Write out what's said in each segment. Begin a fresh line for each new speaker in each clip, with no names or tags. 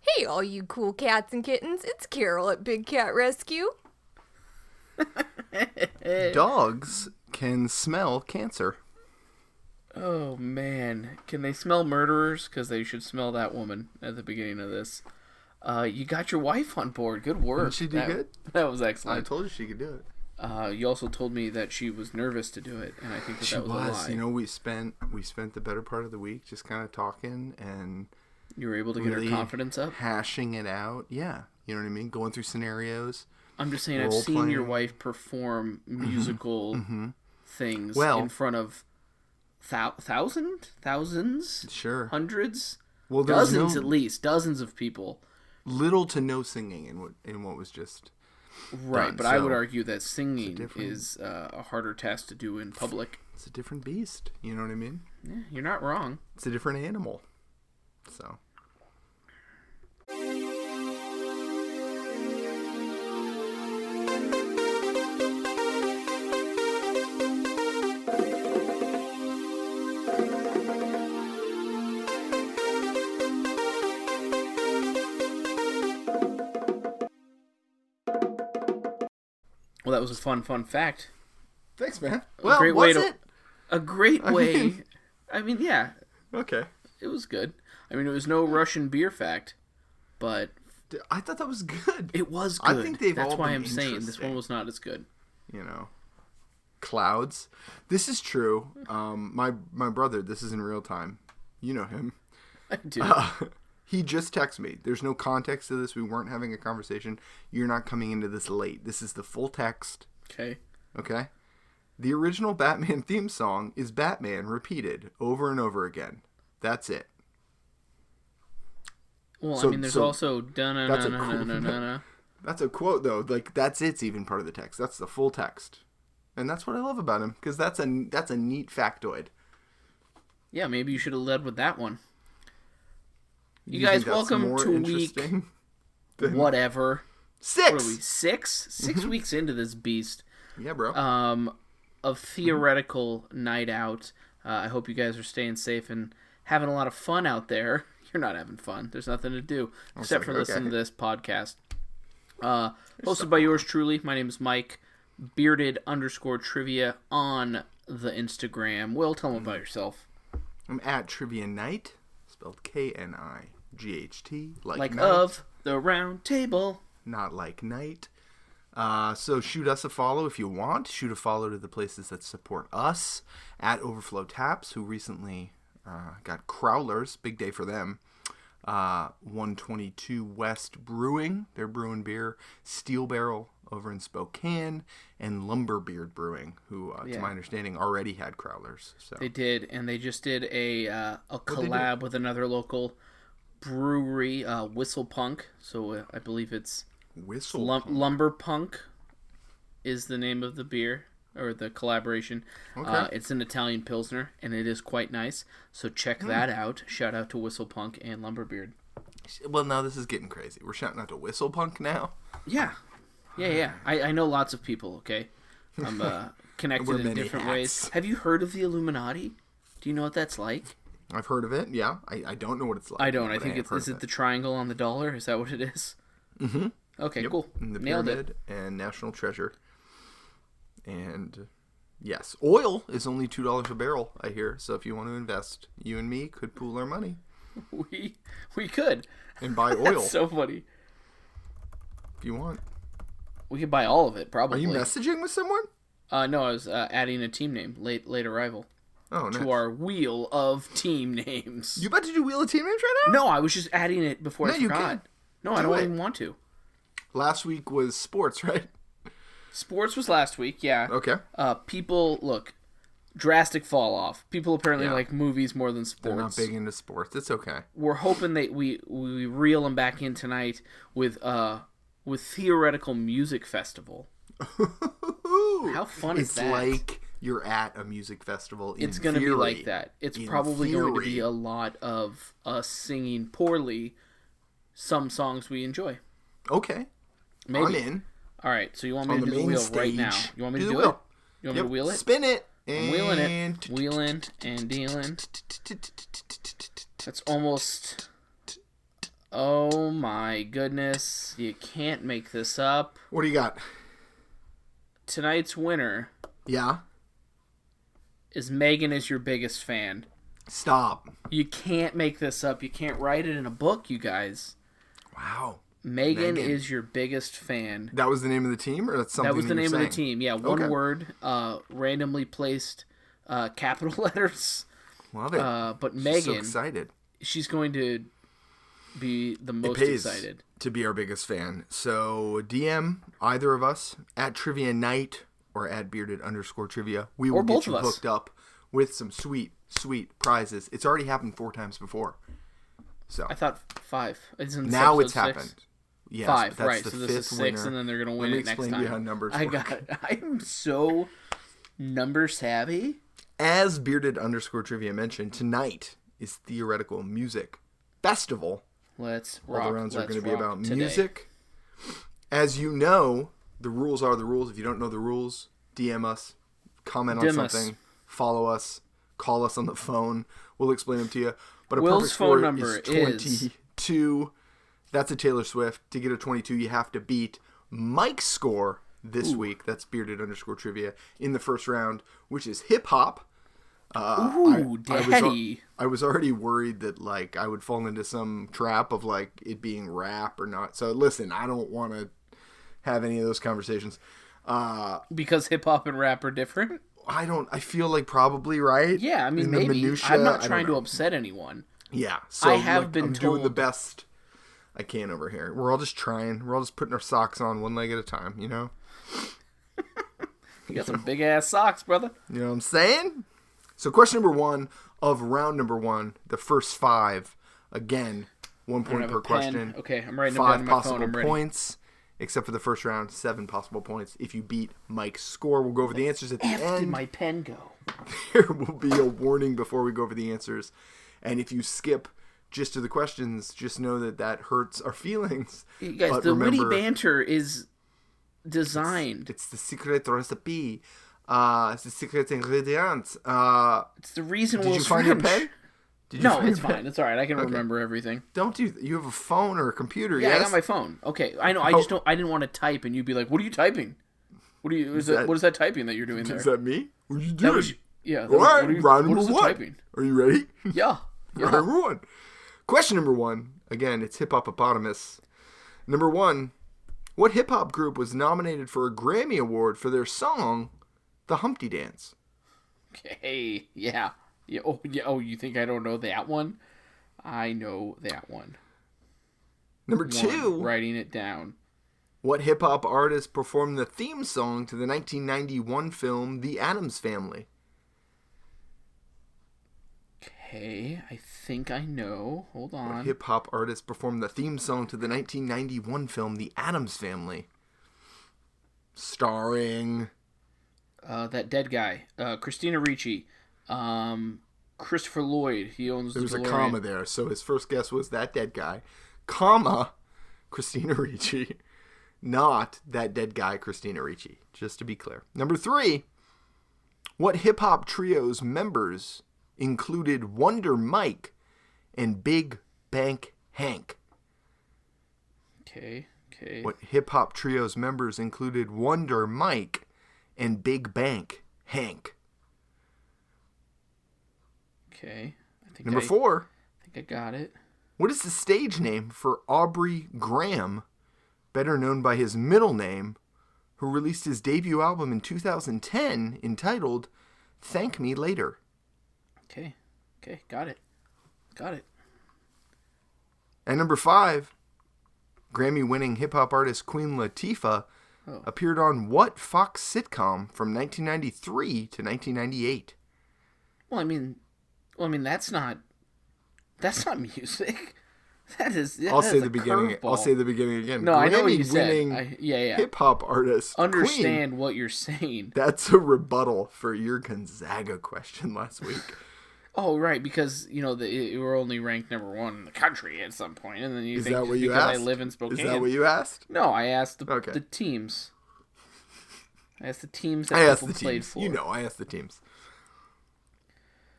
Hey, all you cool cats and kittens, it's Carol at Big Cat Rescue.
Dogs can smell cancer.
Oh man, can they smell murderers? Because they should smell that woman at the beginning of this. Uh, you got your wife on board. Good work.
Didn't she do
that,
good?
That was
I
excellent.
told you she could do it.
uh, you also told me that she was nervous to do it, and I think that,
She
that was, a
was.
lie.
You know, we spent we spent the better part of the week just kind of talking and
You were able to get
really
her confidence up.
hashing it out. Yeah, you know what I mean. Going through scenarios.
I'm just saying, I've
role
seen
playing.
your
Mm-hmm.
wife perform musical things
Well-
in front of thou- thousand, thousands,
Sure.
hundreds,
Well, there was
dozens
no-
at least, dozens of people.
Little to no singing in what in what was just.
Right,
done,
but I would
so
argue that singing
different-
is uh, a harder task to do in public.
It's a different beast. You know what I mean?
Yeah, you're not wrong.
It's a different animal. So.
Well, that was a fun, fun fact.
Thanks, man. Well,
great way
was
to-
it?
A great
I
way.
mean-
I mean, yeah,
Okay.
it was good. I mean, it was no Russian beer fact, but
D- I thought that was good.
it was
I
good.
think they've
That's
all
why
been
I'm saying this one
interesting.
was not as good.
you know clouds this is true um my my brother this is in real time you know him
I do.
he just texted me there's no context to this we weren't having a conversation you're not coming into this late this is the full text
okay.
okay the original batman theme song is batman repeated over and over again that's it
Well,
So-
I mean, there's
so
also
that's a cool-
dun-na-na-na-na-na-na.
that's a quote though like that's it's even part of the text that's the full text and that's what i love about him because that's a that's a neat factoid
Yeah, maybe you should have led with that one. You,
think
guys,
that's
welcome
more
to week
interesting than-
whatever.
six
What are we six? Six weeks into this beast.
Yeah, bro.
um, a theoretical night out. Uh, I hope you guys are staying safe and having a lot of fun out there. You're not having fun. There's nothing to do except
like,
for
okay.
listening to this podcast. Uh, hosted by yours truly. My name is Mike Bearded underscore Trivia on the Instagram. Will tell them about yourself.
I'm at Trivia Night, spelled K N I G H T, like,
Like
night,
of the round table.
not like night. Uh, so shoot us a follow if you want. Shoot a follow to the places that support us at Overflow Taps, who recently uh, got Crowlers. Big day for them. Uh, 122 West Brewing, they're brewing beer. Steel Barrel over in Spokane, and Lumberbeard Brewing, who, uh, to
Yeah.
my understanding, already had Crowlers. So
They did, and they just did a uh, a collab with another local brewery, uh, Whistle Punk. So uh, I believe it's
whistle.
Lum- Lumber Punk is the name of the beer or the collaboration. Uh, it's an Italian pilsner, and it is quite nice. So check
Hmm.
that out. Shout out to Whistle Punk and Lumberbeard.
Well, now this is getting crazy. We're shouting out to Whistle Punk now.
Yeah, yeah, yeah. I, I know lots of people. Okay, I'm uh,
Wear
connected in
many
different ways.
hats.
Have you heard of the Illuminati? Do you know what that's like?
I've heard of it. Yeah, I, I don't know what it's like.
I don't. I
but
think
have
it's
heard
is
of
it the triangle on the dollar? Is that what it is? Mm-hmm. Okay, cool.
And the
Nailed it.
pyramid and National Treasure. And yes, oil is only two dollars a barrel. I hear. So if you want to invest, you and me could pool our money
We we could.
and buy oil
That's so funny.
if you want.
We could buy all of it
Are
probably.
you messaging with someone?
Uh, no, I was uh, adding a team name, late late arrival,
Oh no.
to our wheel of team names.
you about to do Wheel of Team Names right now?
No, I was just adding it before I
No, you
forgot.
can't.
No, I
Do
don't
it.
even want to.
Last week was sports, right?
Sports was last week, yeah.
Okay.
Uh, people look drastic fall off. People apparently
Yeah.
like movies more than sports.
We're not big into sports. It's okay.
We're hoping that we we reel them back in tonight with uh with theoretical music festival. How fun is
it's
that?
like you're at a music festival. In
it's going to be
theory.
like that. It's
In
probably going to be
theory.
a lot of us singing poorly some songs we enjoy.
Okay.
Maybe.
I'm in.
All right, so you want me
On
to
the
do the
main
wheel right now?
stage.
You want me
Do
to
the
do it?
wheel.
You
Yep.
want me to wheel it?
Spin it.
I'm
And
wheeling it, wheeling and dealing. That's almost Oh my goodness. You can't make this up.
What do you got?
Tonight's winner
Yeah.
is Megan is your biggest fan.
Stop.
You can't make this up. You can't write it in a book, you guys.
Wow.
Megan,
Megan.
is your biggest fan.
That was the name of the team, or that's something
That was the
you were
name of the
saying?
team. Yeah, one
Okay.
word, uh, randomly placed uh, capital letters.
Love it.
Uh, but
She's so
Megan,
excited.
she's going to be the most
Pays
excited.
to be our biggest fan. So DM either of us at Trivia Night or at Bearded underscore Trivia. We will
both
get you
of us.
hooked up with some sweet, sweet prizes. It's already happened four times before. So
I thought five. Isn't this
now it's
episode six?
happened. Yes,
Five,
but that's
right?
the
So this
fifth
is six,
winner.
and then they're gonna win
me
it next
explain to
time.
you how numbers
I
work.
got. I'm so number savvy.
As Bearded underscore Trivia mentioned, tonight is Theoretical Music Festival.
Let's
All
rock.
the rounds are
Let's
going to be
rock
about
today.
music. As you know, the rules are the rules. If you don't know the rules, DM us, comment
DM
on
us.
something, follow us, call us on the phone. We'll explain them to you. But a
Will's
perfect
phone
score
number
is
is-
22. That's a Taylor Swift. To get a 22, you have to beat Mike's score this week. That's bearded underscore trivia in the first round, which is hip hop.
Ooh,
I was,
daddy.
al- I was already worried that like I would fall into some trap of like it being rap or not. So listen, I don't want to have any of those conversations. Uh,
because hip hop and rap are different.
I don't. I feel like probably right.
Yeah, I mean
In the
maybe.
minutia,
I'm
I
not
don't
trying to
know.
upset anyone.
Yeah. So
I have
like,
been
I'm doing the
told-
best I can over here. We're all just trying. We're all just putting our socks on one leg at a time. You know.
You got some big ass socks, brother.
You know what I'm saying? So, question number one of round number one, the first five. Again, one point
have
per
a pen.
question.
Okay, I'm writing them down
five
on my phone.
possible
I'm ready.
points, except for the first round, seven possible points. If you beat Mike's score, we'll go over the answers at the
F did
end.
my pen go?
there will be a warning before we go over the answers. And if you skip just to the questions, just know that that hurts our feelings.
You guys,
But
the
remember-
witty banter is designed.
It's the secret recipe. Uh, it's the secret ingredient. Uh,
It's the reason
did
Will's
you find your
French.
pen? Did you
No,
find
it's
your pen?
fine. It's all right. I can remember everything.
Don't do. You have a phone or a computer.
Yeah,
yes?
I got my phone. Okay, I know. I
Oh.
just don't. I didn't want to type, and you'd be like, "What are you typing? What are you? Is that,
that-
what is that typing that you're doing there?"
Is that me? What are you doing?
That was- yeah. that
All
was-
right,
what are you,
round
what
number
is the
one.
typing?
Are you ready?
Yeah.
Round
yeah.
number one. Question number one. Again, it's hip hopopotamus. Number one. What hip hop group was nominated for a Grammy Award for their song, "The Humpty Dance"?
Okay. Yeah. Yeah. Oh, yeah. Oh, you think I don't know that one? I know that one.
Number two.
One, writing it down.
What hip hop artist performed the theme song to the 1991 film "The Addams Family"?
Okay. I think I know. Hold on.
Hip hop artist performed the theme song to the 1991 film "The Addams Family," starring
Uh, that dead guy. Uh, Christina Ricci. Um, Christopher Lloyd. He owns.
There was
the
a
DeLorean.
comma there, so his first guess was that dead guy, comma, Christina Ricci, not that dead guy, Christina Ricci, just to be clear. Number three, what hip hop trio's members included Wonder Mike and Big Bank Hank?
Okay. Okay.
What hip hop trio's members included Wonder Mike and Big Bank Hank?
Okay. I think
Number
I,
four,
I think I got it.
What is the stage name for Aubrey Graham, better known by his middle name, who released his debut album in 2010 entitled Thank Me Later?
Okay. Okay. Got it. Got it.
And number five, Grammy winning hip hop artist Queen Latifah
Oh.
appeared on what Fox sitcom from 1993 to 1998?
Well, I mean, well, I mean that's not that's not music. That is.
I'll say the beginning. I'll say the beginning again.
No,
Grammy
I know what you said.
winning
I, yeah, yeah.
hip hop artist Queen.
Understand what you're saying.
That's a rebuttal for your Gonzaga question last week.
Oh, right, because you know the, you were only ranked number one in the country at some point, and then you
Is
think
that
just
what you
because
asked?
I live in Spokane.
Is that what you asked?
No, I asked the,
Okay.
the teams. I asked the teams that
I asked
people
the
played
teams.
for.
You know, I asked the teams.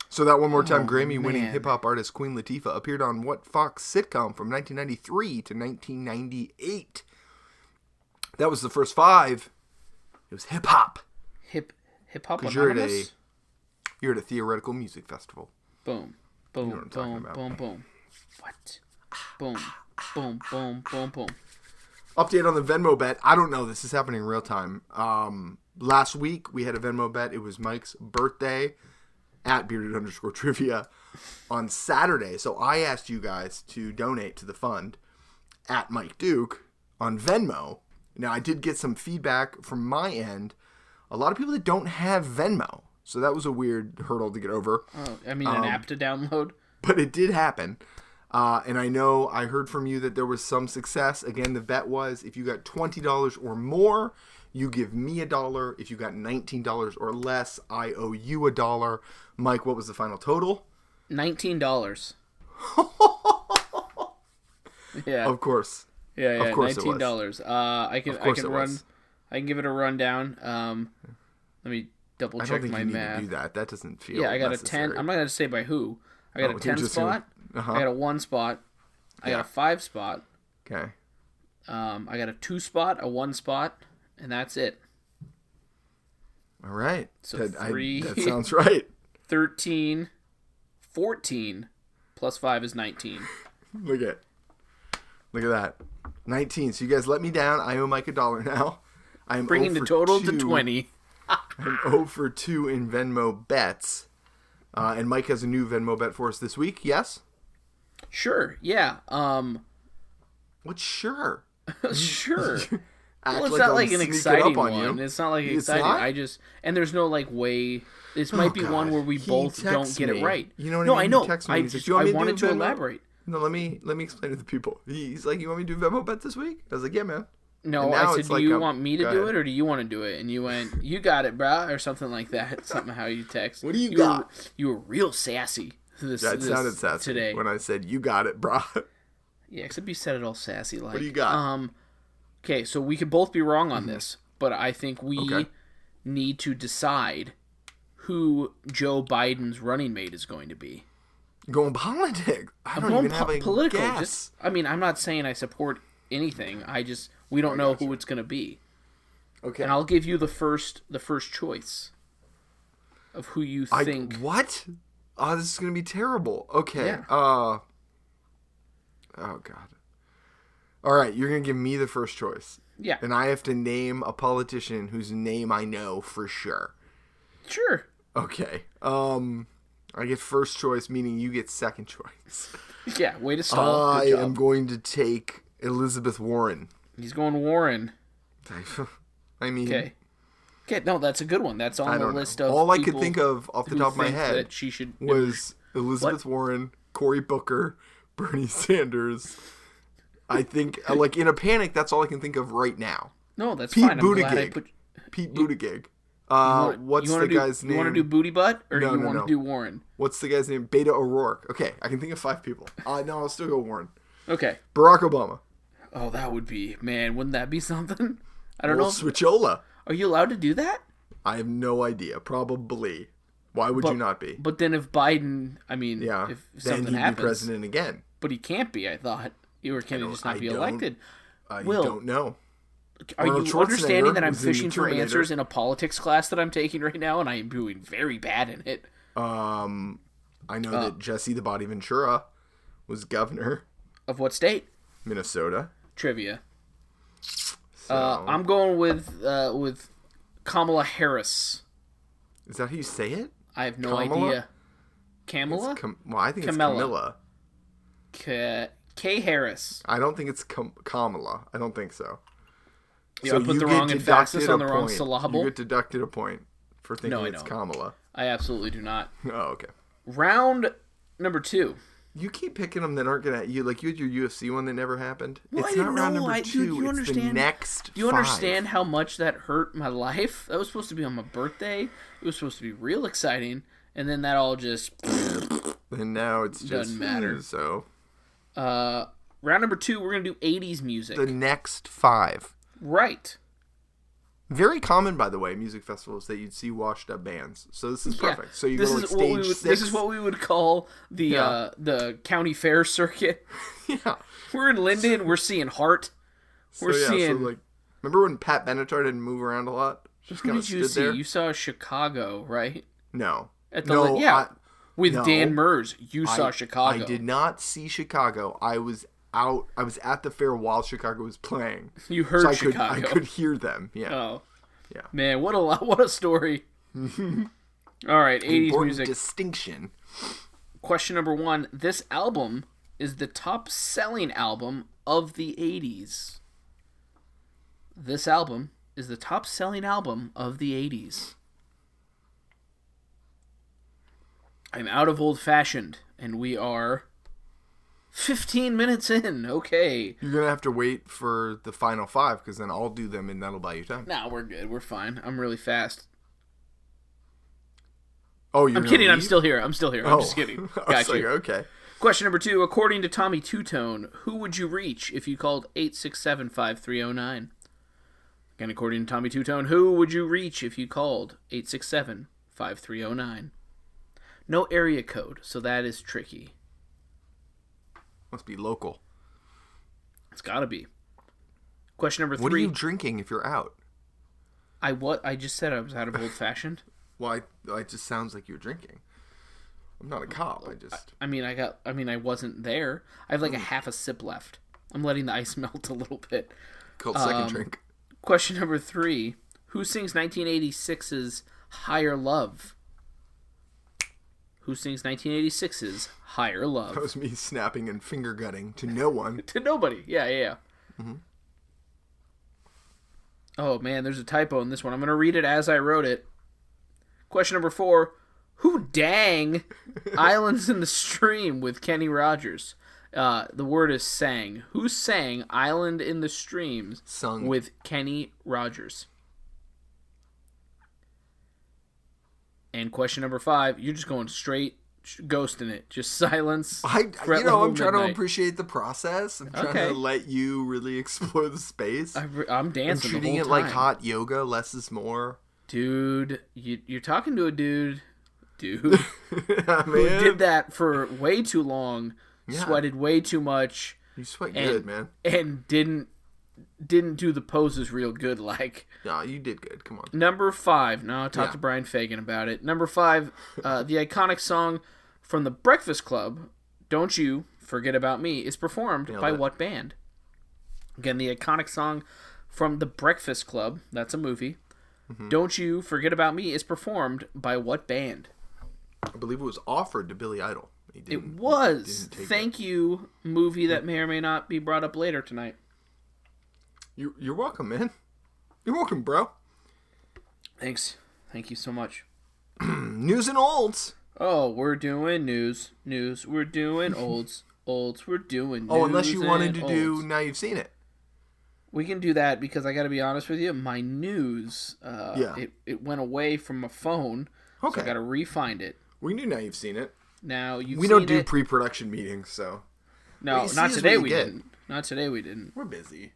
So that one more time,
Oh,
Grammy winning
man.
hip hop artist Queen Latifah appeared on what Fox sitcom from 1993 to 1998? That was the first five. It was hip hop.
Hip hip hop
'Cause you're at a-
anonymous.
You're at a theoretical music festival.
Boom,
what
boom,
I'm talking
boom,
about.
boom, boom. What? Boom, boom, boom, boom, boom.
Update on the Venmo bet. I don't know. This is happening real time. Um, last week we had a Venmo bet. It was Mike's birthday at bearded underscore trivia on Saturday. So I asked you guys to donate to the fund at Mike Duke on Venmo. Now I did get some feedback from my end. A lot of people that don't have Venmo. So that was a weird hurdle to get over
Oh, I
Um,
mean, an app to download.
but it did happen. Uh, and I know I heard from you that there was some success. Again, the bet was if you got twenty dollars or more, you give me a dollar. If you got nineteen dollars or less, I owe you a dollar. Mike, what was the final total?
Nineteen dollars. yeah,
Of course,
yeah, yeah.
of course it
Nineteen
was.
dollars. Uh, I can, I
course
can
it
run.
was.
I can give it a rundown. Um, let me double
I don't
check
think
my
you need
math.
to do that. That doesn't feel.
Yeah, I got a
necessary.
ten. I'm not gonna say by who. I got
Oh,
a
you
ten
just-
spot.
Uh-huh.
I got a one spot. I got a five spot.
Okay.
Um, I got a two spot, a one spot, and that's it.
All right.
So
That- I-
three.
that sounds right.
13, 14, plus five is nineteen.
Look at, look at that. Nineteen. So you guys let me down. I owe Mike a dollar now. I am
Bringing
0
the
for
total to
2.
twenty.
I'm 0 for 2 in Venmo bets. Uh, and Mike has a new Venmo bet for us this week. Yes?
Sure. Yeah. Um.
What? Sure.
Sure.
Act
Well, it's
I'm
not like an
sneaking
exciting
up on
one.
you.
It's not like
It's
exciting.
not? Oh,
I just and there's no like way. This might be one
God.
where we
He
both don't
texts
get
me.
it right.
You know what I
no,
mean? He
No, I know.
texts me
I
and he says,
just
"You want
I
me to do
wanted to
Venmo?"
elaborate.
No, let me let me explain to the people. He's like, you want me to do Venmo bet this week? I was like, yeah, man. And
No,
now
I said,
it's
"Do
like
you
a-
want me to
go
do
ahead.
it or do you want to do it?" And you went, "You got it, brah," or something like that. Somehow you text.
What do you
were-
got?
you were real sassy. This,
That
this
sounded sassy
today.
when I said, you got it, brah.
Yeah, except you said it all sassy like. What
do you got? Mm-hmm.
Um, okay, so we could both be wrong on this, but I think we
Okay.
need to decide who Joe Biden's running mate is going to be.
Going politics. I don't
Well,
even have
po-
a
political.
guess.
Just, I mean, I'm not saying I support anything. I just we don't know who it's going to be,
okay.
and I'll give you the first the first choice of who you
I
think.
what? Oh, this is gonna be terrible. Okay.
Yeah.
Uh. Oh God. All right, you're gonna give me the first choice,
yeah,
and I have to name a politician whose name I know for sure.
sure.
Okay. Um, I get first choice, meaning you get second choice.
Yeah, way to stall.
I
Oh, Good job.
am going to take Elizabeth Warren.
He's going Warren.
I mean,
Okay. Okay, no, that's a good one. That's on
Mm-hmm. I
the
don't know.
list of
All I could
people
think of off the
who
top of my
think
head
that she should
was Elizabeth Warren, Cory Booker, Bernie Sanders. I think, uh, like in a panic, that's all I can think of right now.
No, that's
Pete
fine. I'm glad I
Buttigieg.
put
Pete Buttigieg. Uh,
You
what's
wanna
the
do,
guy's
You want
name?
to do booty butt or
No,
you
no,
want to
no.
do Warren?
what's the guy's name? Beta O'Rourke. Okay, I can think of five people. Uh, no, I'll still go Warren.
Okay.
Barack Obama.
Oh, that would be man. Wouldn't that be something? I don't
Well,
know.
Switchola.
Are you allowed to do that?
I have no idea. Probably. Why would you not be?
But then if Biden, I mean,
Yeah.
if
then
something
he'd
happens,
be president again.
but he can't be. I thought, or can he just not
I
be
don't-
elected?
I
Will,
Uh, don't know.
Are
Arnold
you understanding
Schwarzenegger
that I'm
was in The
fishing for
Terminator.
answers in a politics class that I'm taking right now, and I am doing very bad in it?
Um, I know
Uh.
that Jesse the Body Ventura was governor,
Of what state?
Minnesota.
Trivia.
So
Uh, I'm going with uh, with Kamala Harris.
is that how you say it?
I have no
Kamala?
idea. Kamala?
It's Cam- well, I think
Camilla.
it's Camilla.
K-, K. Harris.
I don't think it's Cam- Kamala. I don't think so.
Yeah, I put the wrong emphasis on the wrong syllable.
You get deducted a point for thinking
No, I
it's
don't.
Kamala.
I absolutely do not.
Oh, okay.
Round number two.
You keep picking them that aren't gonna you like you had your UFC one that never happened.
I
it's
didn't
not round
know.
number
I- dude,
two.
you
it's the
understand-
next.
Do you
five.
understand how much that hurt my life? That was supposed to be on my birthday. It was supposed to be real exciting, and then that all just.
And now it's just hmm,
Doesn't matter.
So
Uh, round number two, we're gonna do '80s music.
the next five.
Right.
Very common, by the way, music festivals that you'd see washed up bands. So this is perfect. So you
this
go
is
like
what we
stage
would,
six.
This is what we would call the
Yeah.
uh, the county fair circuit.
yeah.
We're in Linden. We're seeing Hart. We're
so, yeah,
seeing.
So like, remember when Pat Benatar didn't move around a lot? Just
who
kind of
did
stood
you see?
there.
You saw Chicago, right?
No.
At the
no,
li- yeah,
I-
with
no.
Dan Mers. You saw
I-
Chicago.
I did not see Chicago. I was out. I was at the fair while Chicago was playing,
You heard
so I could
Chicago.
I could hear them. Yeah,
Oh,
Yeah.
Man, what a lo- what a story. All right, eighties
important
music.
distinction.
Question number one: This album is the top-selling album of the eighties. This album is the top-selling album of the eighties. I'm out of old-fashioned, and we are. 15 minutes in. Okay.
You're gonna have to wait for the final five because then I'll do them and that'll buy you time.
Now we're good. We're fine. I'm really fast.
Oh, you're
I'm
gonna
kidding. I'm
leave?
still here. I'm still here.
Oh.
I'm just kidding.
I was
Got
like,
you.
okay.
Question number two. According to Tommy Two Tone, who would you reach if you called 867 5309? Again, according to Tommy Two Tone, who would you reach if you called 867 5309? No area code, so that is tricky.
Must be local.
It's gotta be. Question number
What are
three.
you drinking if you're out?
I what? I just said I was out of old fashioned.
Why? Well, it just sounds like you're drinking. I'm not a cop. I just
I mean, I got. I mean, I wasn't there. I have like a half a sip left. I'm letting the ice melt a little bit.
called second
Um,
drink.
Question number three Who sings 1986's Higher Love? Who sings 1986's Higher
That
Love?
was me snapping and finger gutting to no one.
to nobody. Yeah, yeah, yeah. Oh, man, there's a typo in this one. I'm going to read it as I wrote it. Question number four Who dang Islands in the Stream with Kenny Rogers? Uh, the word is sang. Who sang Island in the Streams
Sung
with Kenny Rogers. And question number five, you're just going straight sh- ghosting it, just silence.
I,
Brett
you know, I'm
Lehoe
trying to
Midnight.
appreciate the process. I'm trying
Okay.
to let you really explore the space.
I
I'm
re- I'm dancing.
treating
the
it
whole
like
time.
hot yoga. Less is more.
dude. You, you're talking to a dude, dude, who
man,
did that for way too long, sweated way too much,
you sweat
and-
good, man.
and didn't didn't do the poses real good. Like
No, you did good. Come on.
Number five. No, I talked
Yeah.
to Brian Fagan about it. Number five, uh, the iconic song from The Breakfast Club, "Don't You Forget About Me," is performed by
it.
what band? Again, the iconic song from The Breakfast Club. That's a movie.
Mm-hmm.
"Don't You Forget About Me" is performed by what band?
I believe it was offered to Billy Idol. He
It
didn't. Mm,
was.
didn't take Mm.
Thank you, movie that may or may not be brought up later tonight.
You, you're welcome, man. You're welcome, bro.
Thanks. Thank you so much.
News and olds.
Oh, we're doing news, news. We're doing olds, olds. We're doing. News
Oh, unless you wanted
and
to do.
olds.
Now you've seen it.
We can do that because I got to be honest with you. My news, uh,
Yeah.
it, it went away from my phone, so
Okay.
I got to refind it.
We can do now you've seen it.
Now you.
We don't do
it.
pre-production meetings, so
no,
you see
not
is what
today.
you
We
get.
didn't. Not today. We didn't.
we're busy.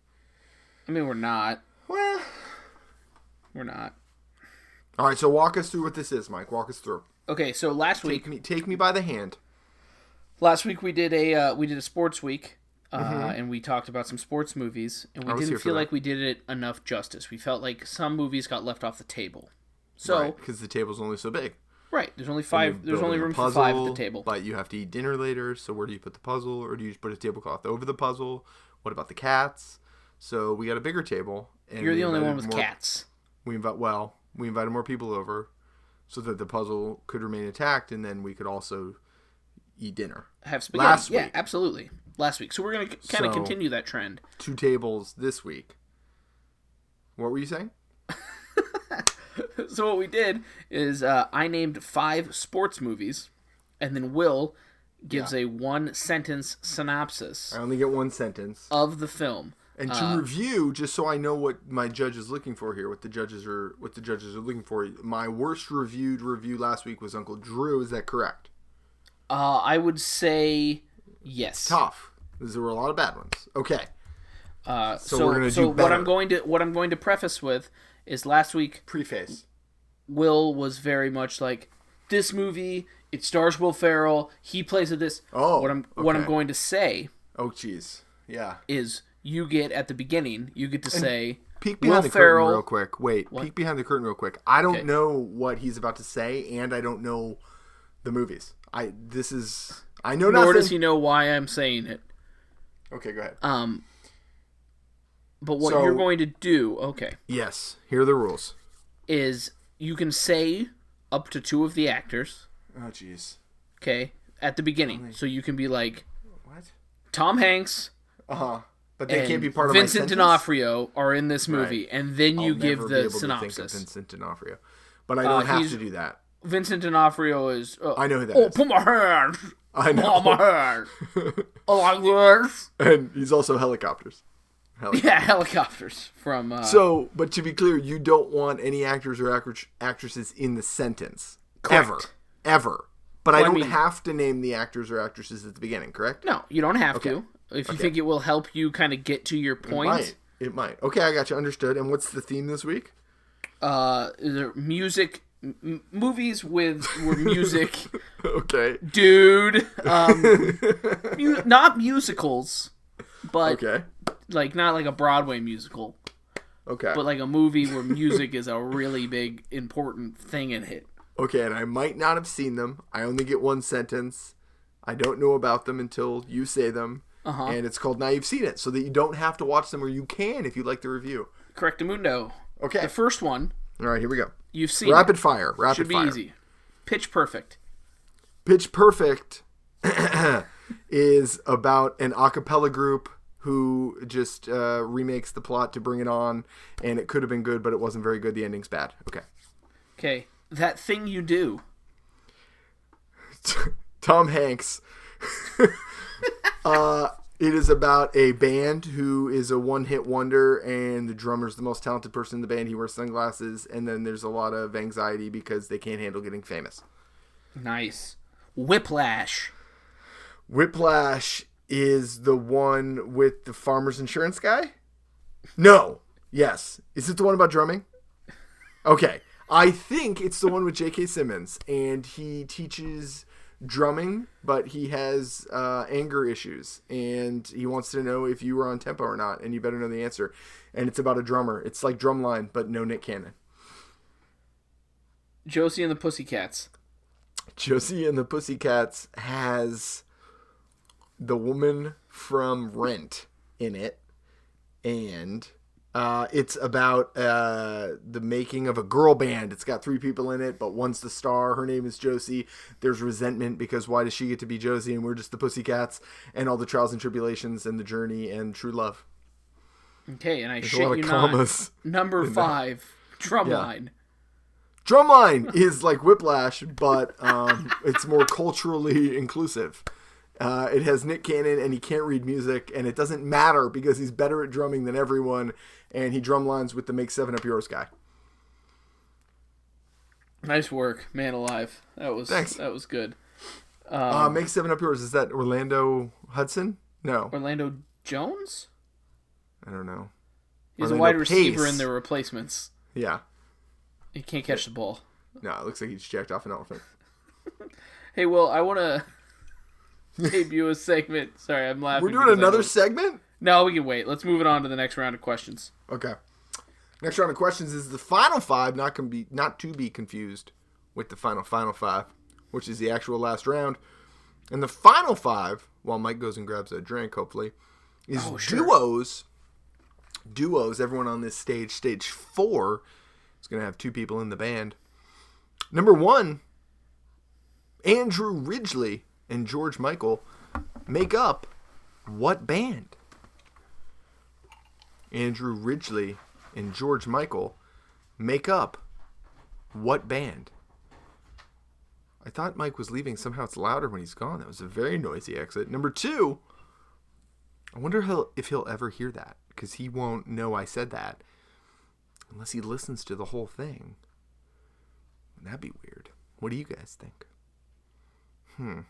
I mean, we're not.
Well,
We're not.
all right. So walk us through what this is, Mike. Walk us through.
Okay, so last week,
Take me, take me by the hand.
last week we did a uh, we did a sports week, uh, and we talked about some sports movies, and we
Mm-hmm. was here
didn't
for
feel
that.
like we did it enough justice. We felt like some movies got left off the table. So
because the table's only so big.
Right. There's only five. There's only
Building a
room for five at the
puzzle,
table.
But you have to eat dinner later, so where do you put the puzzle? Or do you just put a tablecloth over the puzzle? What about the cats? So we got a bigger table. And
You're
we
the only one
invited
with
more-
cats.
We invite well, we invited more people over, so that the puzzle could remain intact, and then we could also eat dinner.
Have spaghetti.
last
yeah,
week.
absolutely. Last week. So we're gonna kind
So-
of continue that trend.
Two tables this week. What were you saying?
So what we did is uh, I named five sports movies, and then Will gives a one sentence synopsis
I only get one sentence.
of the film.
and
Uh,
to review, just so I know what my judge is looking for here, what the judges are, what the judges are looking for. My worst reviewed review last week was Uncle Drew. Is that correct?
Uh, I would say yes.
tough. 'cause There were a lot of bad ones. Okay.
Uh, so
we're gonna
so
do
what
better.
I'm going to what I'm going to preface with is last week
Preface.
Will was very much like this movie. It stars Will Ferrell. He plays at this.
Oh,
what I'm what I'm
okay.
going to say
Oh, jeez. Yeah.
is you get at the beginning. You get to say
Peek
Will
behind the
Ferrell-
curtain real quick. Wait, peek behind the curtain real quick. I don't
Okay.
know what he's about to say, and I don't know the movies. I this is I know
nor
nothing.
does he know why I'm saying it.
Okay, go ahead.
Um, but what
So-
you're going to do, okay,
yes, here are the rules.
is you can say up to two of the actors,
Oh, jeez.
okay, at the beginning. So you can be like
What?
Tom Hanks
Uh huh. But they
and
can't be part of
Vincent
my sentence?
D'Onofrio are in this movie, and then you
I'll
give
never be
the
able to think of
synopsis. Uh,
Vincent D'Onofrio, but I don't have
he's-
to do that.
Vincent D'Onofrio is. Uh,
I know who that
oh,
is.
put my hand
I
on my
know.
hand. oh, like this.
and he's also helicopters.
Yeah, helicopters from. Uh,
So, but to be clear, you don't want any actors or actr- actresses in the sentence ever,
Correct.
ever. But I
I
don't
mean-
have to name the actors or actresses at the beginning, correct?
no, you don't have to. If you think it will help you kind of get to your point,
Might it might? Okay, I got you. Understood. And what's the theme this week?
uh, there- music, m- m- movies with were music,
Okay.
dude. Um, mu- not musicals, but
Okay.
like not like a Broadway musical,
Okay.
but like a movie where music is a really big important thing in it.
okay. And I might not have seen them. I only get one sentence. I don't know about them until you say them.
Uh-huh.
And it's called Now You've Seen It, so that you don't have to watch them, or you can if you like the review.
Correctamundo.
Okay.
The first one
All right. Here we go.
you've seen
Rapid fire. Rapid
should be
fire.
easy. Pitch Perfect.
Pitch Perfect is about an a cappella group who just uh, remakes the plot to Bring It On, and it could have been good, but it wasn't very good. The ending's bad. Okay.
Okay, that thing you do.
Tom Hanks. uh, it is about a band who is a one hit wonder, and the drummer's the most talented person in the band. He wears sunglasses, and then there's a lot of anxiety because they can't handle getting famous.
Nice. Whiplash.
Whiplash is the one with the farmer's insurance guy? No. Yes. Is it the one about drumming? Okay. I think it's the one with J.K. Simmons, and he teaches drumming, but he has uh, anger issues, and he wants to know if you were on tempo or not, and you better know the answer. And it's about a drummer. It's like Drumline, but no Nick Cannon.
Josie and the Pussycats.
Josie and the Pussycats has the woman from Rent in it, and uh, it's about uh, the making of a girl band. It's got three people in it, but one's the star. Her name is Josie. There's resentment because why does she get to be Josie and we're just the Pussycats, and all the trials and tribulations and the journey and true love.
Okay, and I
There's
shit
a lot
you
of
not.
commas.
Number five, Drumline.
Drumline is like Whiplash, but um, it's more culturally inclusive. Uh, it has Nick Cannon, and he can't read music, and it doesn't matter because he's better at drumming than everyone, and he drumlines with the "Make Seven Up Yours" guy.
Nice work, man alive. That was
Thanks.
that was good.
Uh, "Make Seven Up Yours" is that Orlando Hudson? No,
Orlando Jones?
I don't know.
He's a
Orlando
wide receiver
Pace.
in the replacements.
Yeah,
He can't catch the ball.
no, it looks like he just jacked off an elephant.
Hey Will, I wanna debut a segment. Sorry, I'm laughing.
We're doing
because I
another
don't-
segment.
No, we can wait. Let's move it on to the next round of questions.
Okay. Next round of questions is the final five, not can be not to be confused with the final final five, which is the actual last round. And the final five, while Mike goes and grabs a drink, hopefully, is
Oh, sure.
duos. Duos. Everyone on this stage, stage four, is going to have two people in the band. Number one, Andrew Ridgely and George Michael make up what band? Andrew Ridgely and George Michael make up what band? I thought Mike was leaving. Somehow it's louder when he's gone. That was a very noisy exit. Number two, I wonder he'll, if he'll ever hear that because he won't know I said that unless he listens to the whole thing. That'd be weird. What do you guys think? Hmm.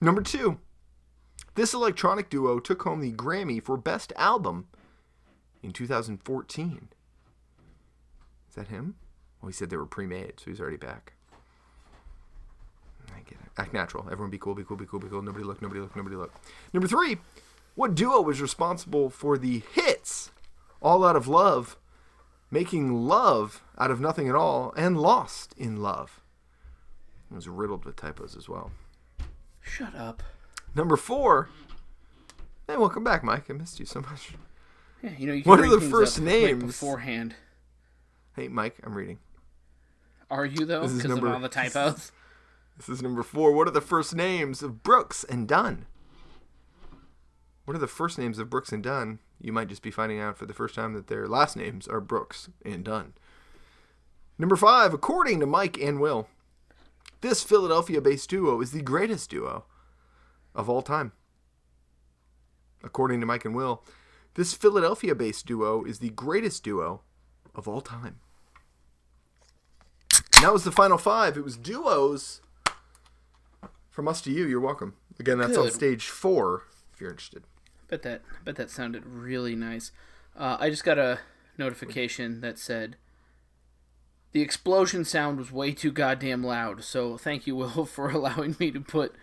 Number two, this electronic duo took home the Grammy for Best Album in 2014. Is that him? Well, he said they were pre-made, so he's already back. I get it. Act natural. Everyone be cool, be cool, be cool, be cool. Nobody look, nobody look, nobody look. Number three, what duo was responsible for the hits All Out of Love, Making Love Out of Nothing at All, and Lost in Love? It was riddled with typos as well.
Shut up.
Number four, hey, welcome back, Mike. I missed you so much.
Yeah, you know you can
What are
bring
the
things
first
up,
names?
like, beforehand.
Hey, Mike, I'm reading.
Are you though?
This is
Because of
number-
all the typos.
This is number four. What are the first names of Brooks and Dunn? What are the first names of Brooks and Dunn? You might just be finding out for the first time that their last names are Brooks and Dunn. Number five, according to Mike and Will, this Philadelphia based duo is the greatest duo of all time. According to Mike and Will, this Philadelphia based duo is the greatest duo of all time. And that was the final five. It was duos. From us to you, you're welcome. Again, that's on
Good.
stage four if you're interested.
Bet that bet that sounded really nice. Uh, I just got a notification that said the explosion sound was way too goddamn loud. So thank you, Will, for allowing me to put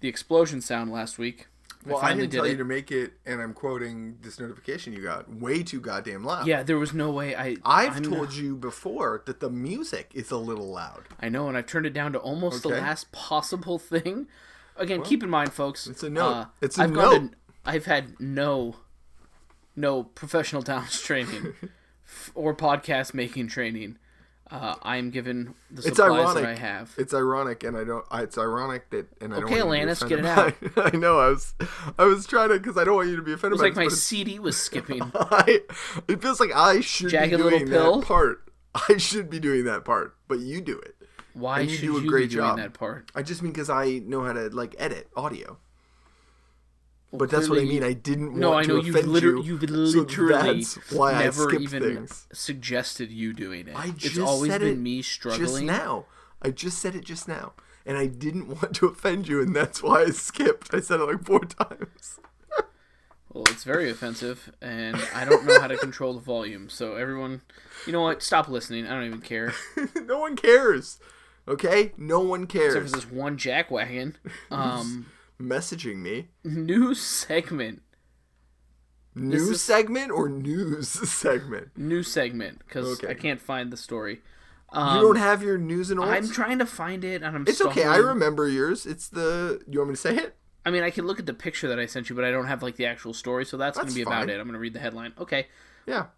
the explosion sound last week.
Well, I,
finally
didn't
did
tell
it.
you to make it, and I'm quoting this notification you got way too goddamn loud.
Yeah, there was no way I.
I've
I'm
told
not-
you before that the music is a little loud.
I know, and I've turned it down to almost
Okay.
the last possible thing. Again, keep in mind, folks.
it's a note.
Uh,
It's a
I've gone
note.
To, I've had no, no professional talent training f- or podcast making training. Uh, I am given the
It's
supplies
ironic.
that I have.
It's ironic, and I don't. I, it's ironic that, and I don't.
Okay,
want you to be
Alanis, get it
offended by- I know. I was, I was trying to because I don't want you to be offended
It's
by
like my
this,
CD was skipping.
but I, it feels like I should
Jagged
be
Little
doing
Pill?
that part. I should be doing that part, but you do it.
Why
And you
should
do a
you
great
be doing
job.
that part?
I just mean because I know how to like edit audio.
Well,
But that's what I
clearly
mean. I didn't
No, I
want
know
to
you've,
offend
liter-
you.
you've
so
literally
that's why I
never
skip
even
things.
suggested you doing it.
I just
it's always
said
been
it
me
Just
struggling.
now, I just said it just now, and I didn't want to offend you, and that's why I skipped. I said it like four times.
Well, it's very offensive, and I don't know how to control the volume. So everyone, you know what? Stop listening. I don't even care.
no one cares. Okay, no one
Except
cares.
for this one jackwagon. Um,
Messaging me,
new segment,
news
is-
segment or news segment.
new segment, because
Okay.
I can't find the story.
you don't have your news and
Um, I'm
olds.
trying to find it, and I'm.
It's okay. I
stumbling.
remember yours. It's the. You want me to say it?
I mean, I can look at the picture that I sent you, but I don't have like the actual story, so that's,
That's
gonna be about
fine.
it. I'm gonna read the headline. Okay.
Yeah.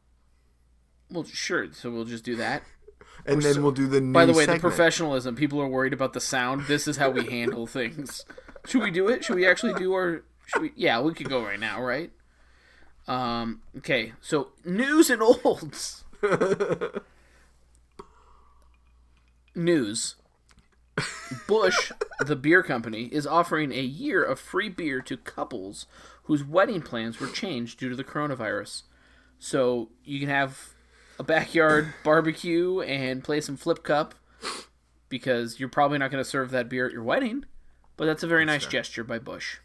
Well, sure. So we'll just do that.
And then we'll do the news.
By the way,
segment.
the professionalism. People are worried about the sound. This is how we handle things. Should we do it? Should we actually do our? Should we? Yeah, we could go right now, right? Um. Okay. So news and olds. news. Bush, the beer company, is offering a year of free beer to couples whose wedding plans were changed due to the coronavirus. So you can have a backyard barbecue and play some flip cup because you're probably not going to serve that beer at your wedding, but that's a very nice gesture by Bush.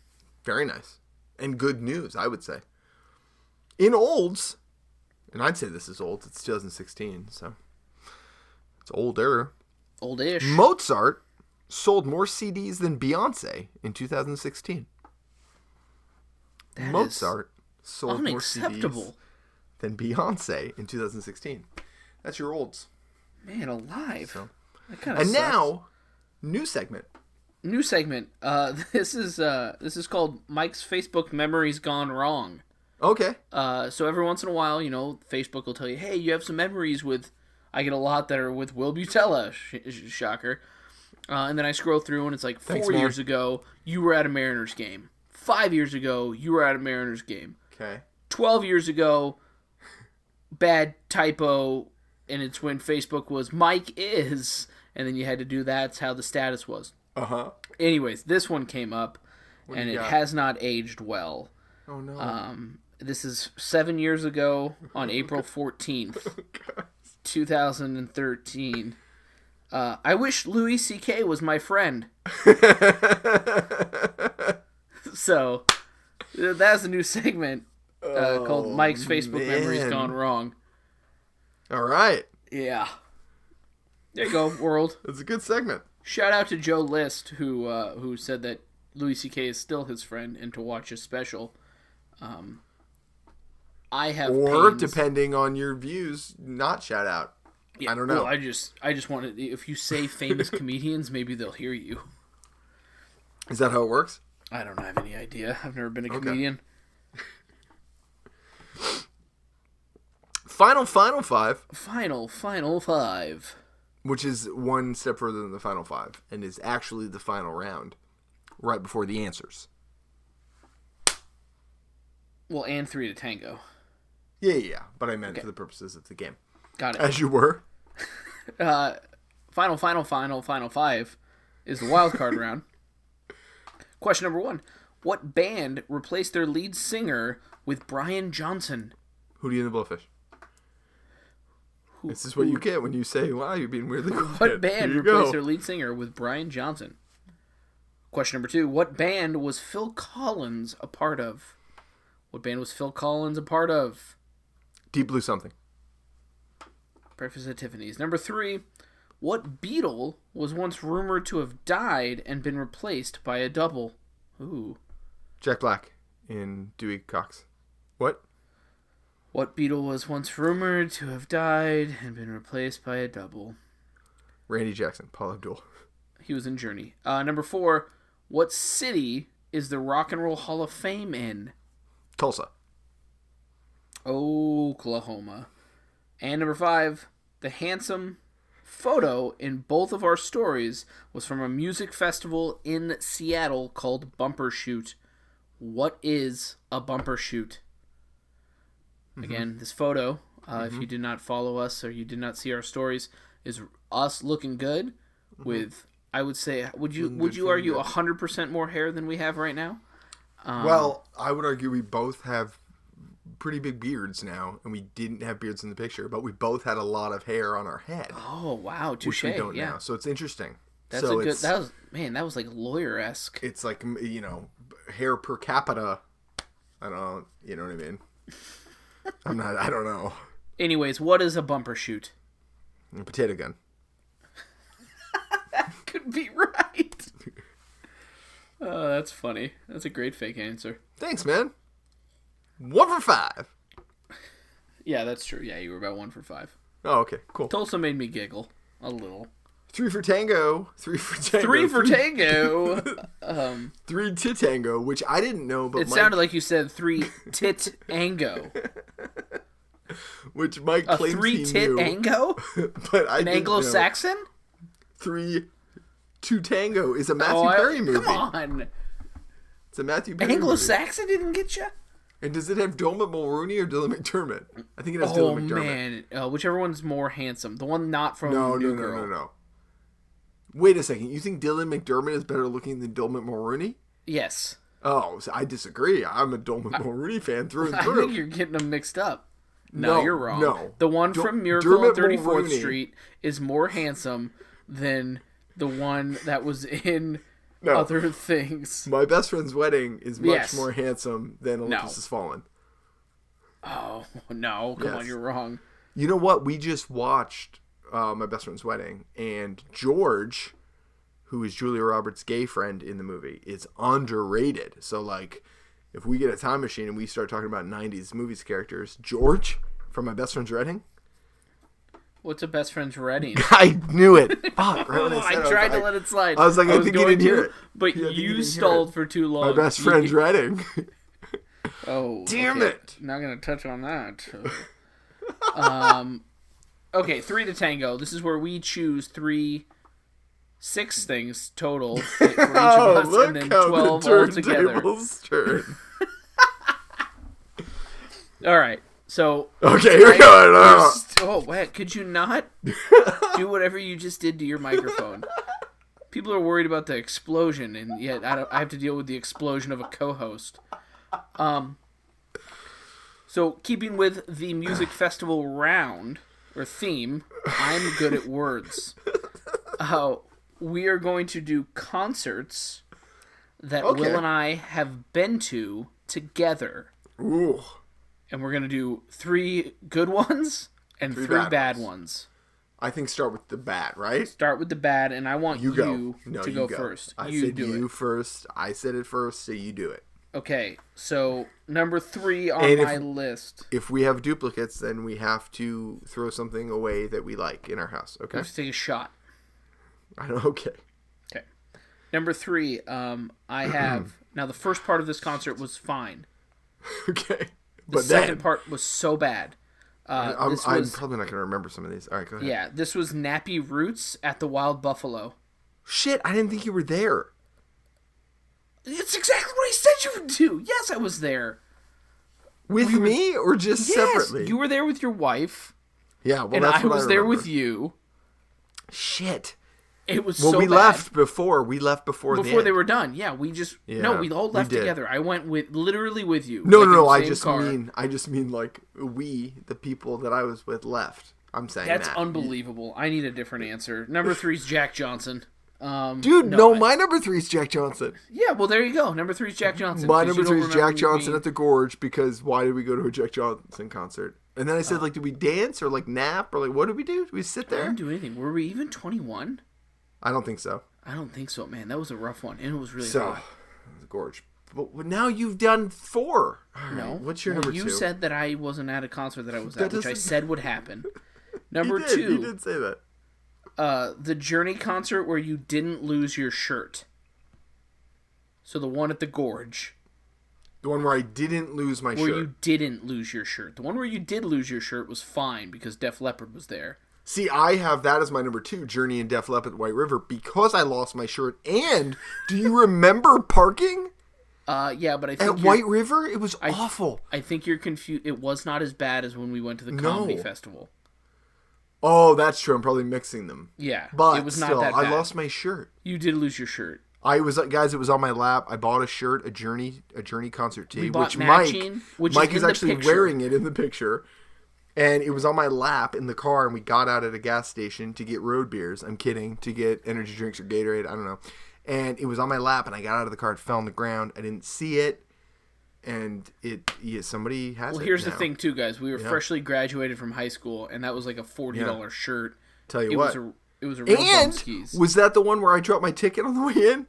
Very nice. And good news, I would say. In Olds, and I'd say this is old, it's 2016, so it's older.
Oldish.
Mozart sold more CDs than Beyonce in 2016.
That is
Mozart sold more CDs
unacceptable.
than Beyonce in 2016. That's your Olds.
Man alive.
So-
That kind of
And now, new segment.
new segment. Uh, this is uh, this is called Mike's Facebook memories gone wrong.
Okay.
Uh, so every once in a while, you know, Facebook will tell you, "Hey, you have some memories with." I get a lot that are with Will Butella, sh- sh- shocker. Uh, and then I scroll through, and it's like four
Thanks, Mom.
years ago you were at a Mariners game. Five years ago you were at a Mariners game.
Okay.
12 years ago, bad typo, and it's when Facebook was Mike is, and then you had to do that's how the status was.
Uh huh.
Anyways, this one came up, and
you
it
got?
has not aged well.
Oh no.
Um, this is seven years ago on April 14th, 2013. Uh, I wish Louis C.K. was my friend. so, th- that's a new segment uh, called Mike's Facebook Memories
Oh, man.
Gone Wrong.
All right.
Yeah. There you go, world.
It's a good segment.
Shout out to Joe List who uh, who said that Louis C.K. is still his friend and to watch his special. Um, I have
Or
pains-
depending on your views, not shout out.
Yeah,
I don't know.
Well, I just I just wanted if you say famous comedians, maybe they'll hear you.
Is that how it works?
I don't have any idea. I've never been a comedian.
Final final five,
Final final five.
which is one step further than the final five, and is actually the final round, right before the answers.
Well, and three to tango.
Yeah, yeah. yeah, But I meant for the purposes of the game.
Got it.
As you were.
Uh, final, final, final, final five is the wild card round. Question number one: What band replaced their lead singer with Brian Johnson?
Hootie and the Blowfish.
Who-
This is what you get when you say, "Wow, you're being weirdly quiet."
What band
Here you
replaced
go.
their lead singer with Brian Johnson? Question number two: What band was Phil Collins a part of? What band was Phil Collins a part of?
Deep Blue something.
Breakfast at Tiffany's. Number three, what beetle was once rumored to have died and been replaced by a double? Ooh.
Jack Black in Dewey Cox. What?
What beetle was once rumored to have died and been replaced by a double?
Randy Jackson, Paul Abdul.
He was in Journey. Uh, number four, what city is the Rock and Roll Hall of Fame in?
Tulsa.
Oklahoma. And number five, the handsome photo in both of our stories was from a music festival in Seattle called Bumper Shoot. What is a bumper shoot?
Mm-hmm.
Again, this photo, uh, if you did not follow us or you did not see our stories, is us looking good
Mm-hmm.
with. I would say, would you would you argue hundred percent more hair than we have right now? Um,
well, I would argue we both have pretty big beards now, and we didn't have beards in the picture, but we both had a lot of hair on our head,
Oh wow,
which
touche!
we don't
Yeah,
now. So it's interesting.
That's
so
a good.
it's,
That was man. That was like lawyer esque.
it's like m- you know, hair per capita. I don't. know. You know what I mean? I'm not. I don't know.
Anyways, what is a bumper shoot?
Potato gun.
Could be right. Oh, that's funny. That's a great fake answer.
Thanks, man. One for five.
Yeah, that's true. Yeah, you were about one for five.
Oh, okay, cool.
Tulsa made me giggle a little.
Three for tango. Three for tango.
Three for tango. um,
Three to tango, which I didn't know, but
it
Mike,
sounded like you said three tit ango.
which Mike
A
claims
three
he
tit
knew,
ango?
but I
An Anglo Saxon?
Three to tango is a Matthew
Oh, I-
Perry movie.
come on.
It's a Matthew Perry
Anglo
movie.
Saxon didn't get you?
And does it have Dermot Mulroney or Dylan McDermott? I think it has
Oh,
Dylan McDermott.
man. Uh, whichever one's more handsome. The one not from
No,
New
no, no,
Girl.
no, no. Wait a second. You think Dylan McDermott is better looking than Dermot Mulroney?
Yes.
Oh, so I disagree. I'm a Dermot Mulroney fan through and
I
through.
think you're getting them mixed up. No,
No,
you're wrong.
no.
The one
Der-
from Miracle on
Dermot
34th
Mulroney.
Street is more handsome than the one that was in
No.
other things.
My best friend's wedding is much
Yes.
more handsome than Olympus Has Fallen.
Oh, no. Come on,
Yes.
you're wrong.
You know what? We just watched uh, my best friend's wedding, and George, who is Julia Roberts' gay friend in the movie, is underrated. So, like, if we get a time machine and we start talking about '90s movies characters, George from my best friend's wedding,
What's a best friend's ready?
I knew it. Fuck, right when I
I
said it, I was
tried to
like,
let it slide.
I was like, I think you
going
didn't hear
to,
it.
But
Yeah, I think you
you
didn't hear
stalled for too long.
my best
You-
friend's wedding.
Oh,
Damn
okay.
it.
Not gonna touch on that. um, okay, three to tango. This is where we choose three, six things total for each of
oh,
us,
look
and then
how
twelve
the
all together.
turntables turn.
All right. So,
Okay, here we go. Ah.
oh wait, could you not do whatever you just did to your microphone? People are worried about the explosion, and yet I, don't, I have to deal with the explosion of a co-host. Um. So, keeping with the music festival round or theme, I'm good at words. Uh, we are going to do concerts that
Okay.
Will and I have been to together
Ooh.
and we're gonna do three good ones and three,
bad
bad,
ones.
ones.
I think start with the bat, right?
Start with the bad, and I want you,
You go. no,
to
you
go,
go,
first.
I
you
said
do
you
it.
first. I said it first, so you do it.
Okay, so number three on
And if-
my list.
If we have duplicates, then we have to throw something away that we like in our house. Okay.
Let's take a shot.
I don't, okay.
Okay. Number three, um, I have now the first part of this concert was fine.
Okay.
The
But
second
then
part was so bad. Uh,
I'm,
this
I'm
was
probably not going to remember some of these. All right, go ahead.
yeah, this was Nappy Roots at the Wild Buffalo.
Shit, I didn't think you were there.
It's exactly what I said you would do. Yes, I was there.
With me or just separately?
Yes, you were there with your wife,
yeah, well,
and
that's
I
what
was there with
remember.
you.
Shit.
It was
Well,
so
we
bad.
left before. We left before, the
before
end.
they were done. Yeah, we just no,
Yeah,
we all
we
left
did.
together. I went with literally with you.
No, no,
like, in
no.
the
I
same
just
car.
mean, I just mean like we, the people that I was with, left. I'm saying
that's
that.
unbelievable. I need a different answer. Number three's Jack Johnson. Um,
Dude, no,
no, I-
my number three is Jack Johnson.
yeah, well there you go. Number three's Jack Johnson.
My
'cause
number
you don't
three is Jack
remember
Johnson
me.
at the Gorge because why did we go to a Jack Johnson concert? And then I
Oh.
said, like, did we dance or like nap or like what did we do? Did we sit
I
there?
didn't do anything. Were we even twenty one?
I don't think so.
I don't think so, man. That was a rough one, and it was really
So
hot.
the Gorge. But but now you've done four. All right,
No,
What's your
Well,
number
you
two?
said that I wasn't at a concert that I was at,
That
which I
doesn't-
said would happen.
You
Number
did,
two,
You did say that.
uh, the Journey concert where you didn't lose your shirt. So the one at the gorge
The one where I didn't lose my
where
shirt.
you didn't lose your shirt. The one where you did lose your shirt was fine because Def Leppard was there.
See, I have that as my number two, Journey and Def Leppard White River, because I lost my shirt. And do you remember parking
Uh, yeah, but I think
at
you're-
White River? It was awful.
I think you're confused. It was not as bad as when we went to the comedy
No.
festival.
Oh, that's true. I'm probably mixing them.
Yeah,
But
it was not
still,
that bad.
I lost my shirt.
You did lose your shirt.
I was uh, guys. It was on my lap. I bought a shirt, a Journey, a Journey concert tee,
bought
which Mike,
matching, which is
Mike
in
is,
the
actually
picture.
wearing it in the picture, and it was on my lap in the car. And we got out at a gas station to get road beers. I'm kidding. To get energy drinks or Gatorade. I don't know. And it was on my lap, and I got out of the car. It fell on the ground. I didn't see it, and it yeah, somebody has.
Well,
it
here's the
now.
thing, too, guys. We were freshly graduated from high school, and that was like a forty dollar shirt.
Tell you
It
what.
was a it was a real bum
and
skis.
was that the one where I dropped my ticket on the way in?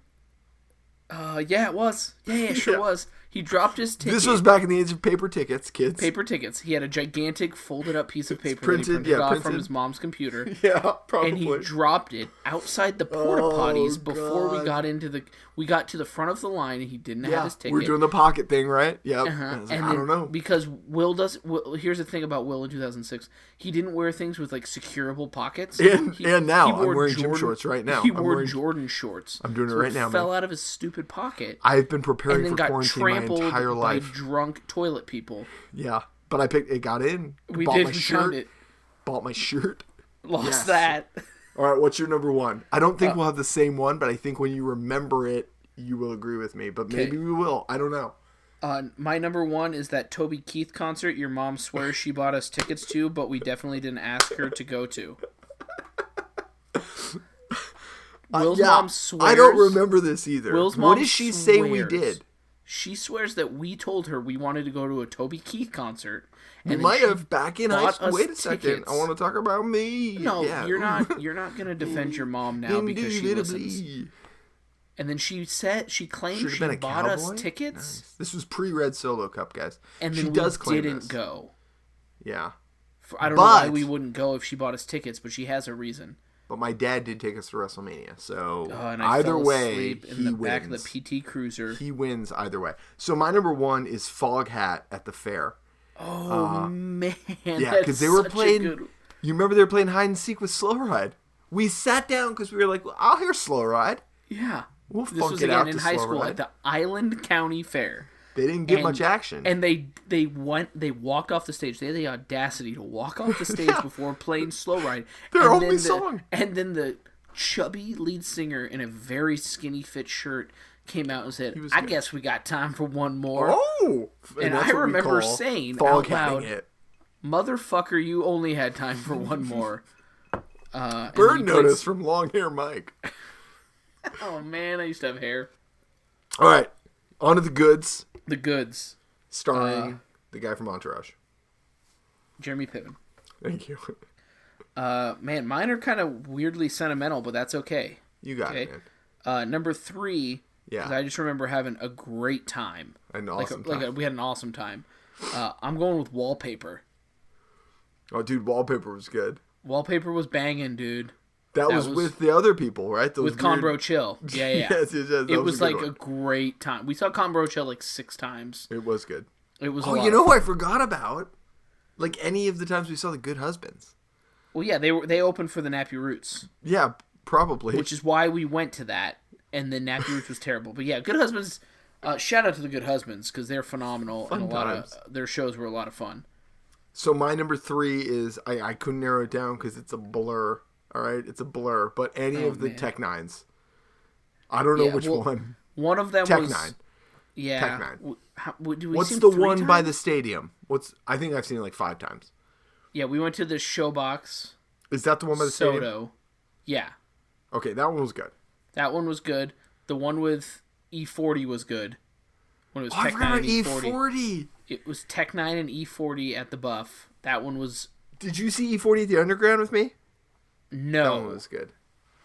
uh, yeah, it was. Yeah, yeah, it sure
Yeah.
was. He dropped his ticket.
This was back in the age of paper tickets, kids.
paper tickets. He had a gigantic folded up piece of paper that he
printed,
printed
yeah,
off from
printed.
his mom's computer.
Yeah, probably.
and he dropped it outside the porta potties before we
Oh, God.
got into the we got to the front of the line and he didn't have his ticket.
We're doing the pocket thing, right? Yep.
Uh-huh.
I, was like,
And
I
then-
don't know.
because Will does. Will, here's the thing about Will in 2006: he didn't wear things with like securable pockets.
And-
he,
and now I'm
wore
wearing gym shorts right now.
He
I'm
wore
wearing-
Jordan shorts. I'm
doing it right now,
Fell
man.
out of his stupid pocket
I've been
and
preparing
then
for
got
quarantine my
trampled
entire
by
life.
drunk toilet people.
Yeah, but I picked. It got in.
We
bought
did
my
we
shirt.
found it.
Bought my shirt.
Lost
Yes.
that.
All right, what's your number one? I don't
Uh,
think we'll have the same one, but I think when you remember it, you will agree with me. But maybe we will. I don't know.
Uh, my number one is that Toby Keith concert your mom swears she bought us tickets to, but we definitely didn't ask her to go to. Will's
Uh, yeah,
mom swears.
I don't remember this either.
Will's
what
mom
did she say we
swears.
did?
She swears that we told her we wanted to go to a Toby Keith concert. And then
Might
she-
have back in high
bought
school.
us
Wait a second.
tickets.
I want to talk about me.
No,
Yeah.
you're not. You're not gonna defend your mom now because she listens.
Indubitably.
And then she said she claimed
Should
she
have been a
bought
cowboy.
us tickets,
Nice. This was pre-Red Solo Cup, guys.
and then
she
we
does claim
didn't
this.
go.
Yeah,
For- I don't know why
But-
we wouldn't go if she bought us tickets, but she has a reason.
but my dad did take us to WrestleMania, so
Oh, and I
either
fell
way,
asleep
he
in the
wins.
back of the PT Cruiser.
he wins either way. So my number one is Fog Hat at the fair.
oh man,
Ah. Yeah,
that's
because they were
such a
playing.
good-
You remember they were playing hide and seek with Slow Ride. We sat down because we were like, well, "I'll hear Slow Ride."
Yeah,
We'll
this
funk
was
it
again
out
in
to
high
slow
school
ride.
at the Island County Fair.
They didn't get
And-
much action.
And they they went they walked off the stage. They had the audacity to walk off the stage before playing Slow Ride.
Their
and
only
then the-
song.
And then the chubby lead singer in a very skinny fit shirt came out and said,
was
"I
good.
guess we got time for one more."
oh,
And
that's
I
what we
remember
call
saying
fog
out loud,
hatting it.
Motherfucker, you only had time for one more. Uh, and
Bird
then he played-
notice from Long Hair Mike.
Oh man, I used to have hair.
All right, on to the goods,
The goods. Uh,
starring the guy from Entourage.
Jeremy Piven.
Thank you.
Uh, man, mine are kind of weirdly sentimental, but that's okay.
You got
Okay.
it. Man.
Uh, number three,
Yeah.
'cause I just remember having a great time.
An
Like,
awesome
a, like
time.
a, we had an awesome time. Uh, I'm going with wallpaper.
oh, dude, wallpaper was good.
Wallpaper was banging, dude.
That, was,
was-
with the other people, right? Those
With
weird-
Combro Chill. Yeah, yeah.
yes, yes, yes. That
it was,
a good
like
one.
a great time. We saw Combro Chill like six times.
It was good.
It was. a
Oh,
lot
you
of
know who I forgot about? Like any of the times we saw the Good Husbands.
Well, yeah, they were they opened for the Nappy Roots,
Yeah, probably.
which is why we went to that. And the Nappy Roots was terrible, but yeah, Good Husbands. Uh, shout out to the Good Husbands because they're phenomenal and a lot
times.
of their shows were a lot of fun.
so my number three is I, I couldn't narrow it down because it's a blur. All right, it's a blur. But any of the Tech Nines. I don't know
Oh, Yeah,
which
well,
one.
One of them
Tech
was
Nine.
yeah.
Tech Nine.
W- how- w- do we see
What's
him
the
three
one by
times?
the stadium? What's I think I've seen it like five times.
Yeah, we went to the Showbox
Is that the one by the stadium?
Soto. Yeah,
Okay, that one was good.
that one was good. The one with E40 was good. When it was
Oh, I
Tech
forgot
Nine and
about
E40.
E40.
it was Tech Nine and E40 at the Buff. That one was
Did you see E40 at the Underground with me? That
no,
one was good.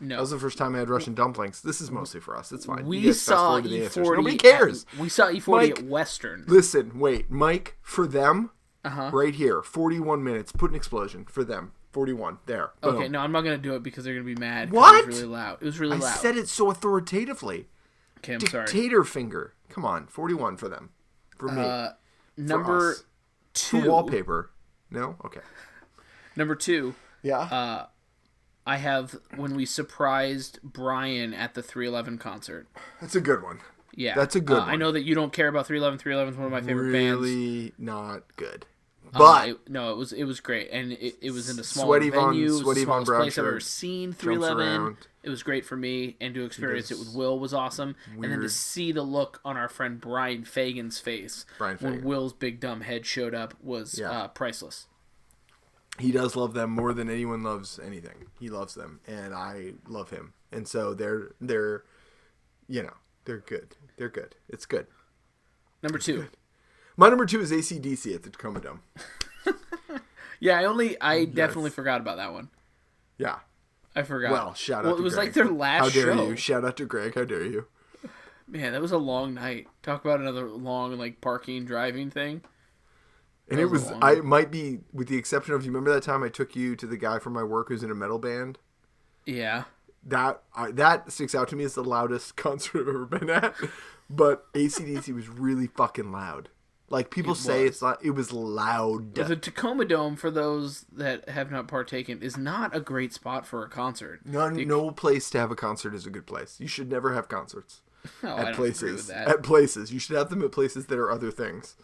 no.
That was the first time I had Russian dumplings. This is mostly for us. It's fine. You
We
guys fast
saw
forward to the
E
answers.
forty.
Nobody cares.
we saw E forty
Mike-
at Western.
Listen, wait, Mike, for them,
Uh-huh.
right here, 41 minutes. Put an explosion for them. 41. There. Boom.
Okay, no, I'm not gonna do it because they're gonna be mad. 'cause
What?
It was really loud. It was really
I
loud.
said it so authoritatively.
okay, I'm sorry.
Dictator finger. Come on, 41 for them. For me.
Uh, Number
us.
two.
for wallpaper. No? Okay.
Number two.
Yeah.
Uh, I have when we surprised Brian at the 311 concert.
That's a good one.
Yeah,
That's a good
Uh, I
one.
know that you don't care about 311. 311 is one of my favorite bands.
Really not good.
Uh,
But
it- no, it was it was great, and it, it was in a small
Sweaty Von-
venue, it was the
Sweaty Von
smallest
Brown
place I've ever
shirt.
seen. Three
Jumps
Eleven,
around.
it was great for me, and to experience it
does
with Will was awesome, and then to
weird-
see the look on our friend Brian Fagan's face
Brian
when
Fagan.
Will's big dumb head showed up was
Yeah.
uh, priceless.
he does love them more than anyone loves anything. He loves them, and I love him. And so they're they're, you know, they're good. They're good. It's good.
Number two,
My number two is ACDC at the Tacoma Dome.
yeah, I only I definitely forgot about that one.
Yeah.
I forgot.
Well, shout out.
Well, it
to
was
Greg.
like their last
How dare
show.
you? Shout out to Greg. How dare you?
Man, that was a long night. Talk about another long like parking driving thing.
And
That
it
was a
was
long
I
one.
might be with the exception of you remember that time I took you to the guy from my work who's in a metal band.
Yeah.
That I, that sticks out to me as the loudest concert I've ever been at. But ACDC was really fucking loud. Like people say, it's not. It was loud.
But the Tacoma Dome, for those that have not partaken, is not a great spot for a concert.
None, no place to have a concert is a good place. You should never have concerts
No, Oh, I
at
don't agree with
places.
that.
At places, you should have them at places that are other things,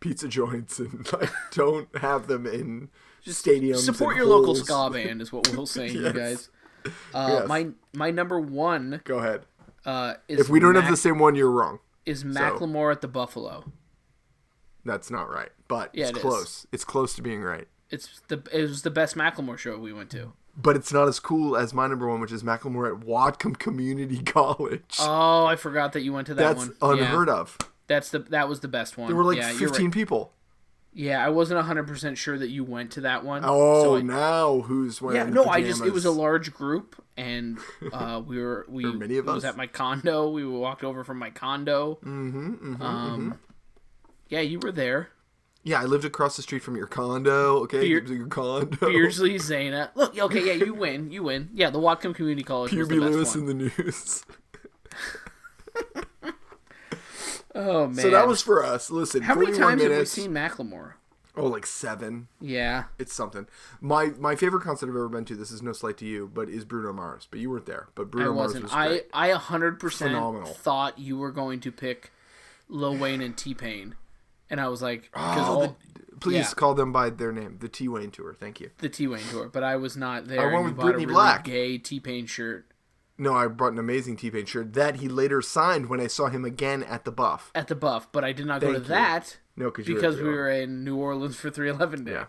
pizza joints, and like don't have them in stadiums.
Support
and
your local
holes.
ska band is what Will's saying, you
Yes.
guys. Uh,
Yes.
My my number one
Go ahead.
uh, is
If we don't
Mac-
have the same one, you're wrong.
is Macklemore at the Buffalo.
That's not right, but
Yeah,
it's
it is.
close. It's close to being right,
It's the it was the best Macklemore show we went to.
but it's not as cool as my number one, which is Macklemore at Whatcom Community College.
Oh, I forgot that you went to that
That's
one.
unheard of.
That's the that was the best one.
There were like
yeah, you're
15
right.
people.
Yeah, I wasn't hundred percent sure that you went to that one.
Oh,
so I-
now who's wearing?
Yeah, no, I just it
pajamas?
was a large group, and uh, we were we
were many of
it was
us.
at my condo. We walked over from my condo. Mm-hmm. um,
mm-hmm.
Yeah, you were there.
Yeah, I lived across the street from your condo. Okay,
Beer-
It was your condo.
Beardsley, Zana. Look, okay, yeah, you win. You win. Yeah, the Whatcom Community College was
Ruby
the best
Lewis in
one.
the news.
oh man,
So that was for us. Listen,
how many
41
times have we
minutes.
seen Macklemore?
Oh, like seven.
Yeah,
It's something. My my favorite concert I've ever been to. This is no slight to you, but is Bruno Mars. But you weren't there. But
I
Bruno Mars
wasn't.
was
I
great.
I hundred percent
Phenomenal.
thought you were going to pick Lil Wayne and T Pain, and I was like, because
Oh,
all
the- Please
yeah.
call them by their name. The T Wayne tour. Thank you.
the T Wayne tour, but I was not there.
went
and you
Oh, with
bought a
Britney
really
Black.
Gay T Pain shirt
No, I brought an amazing T Pain shirt that he later signed when I saw him again at the Buff.
at the Buff, but I did not go
Thank
to
you.
that
No, because
because we were in New Orleans for 311 Day.
yeah.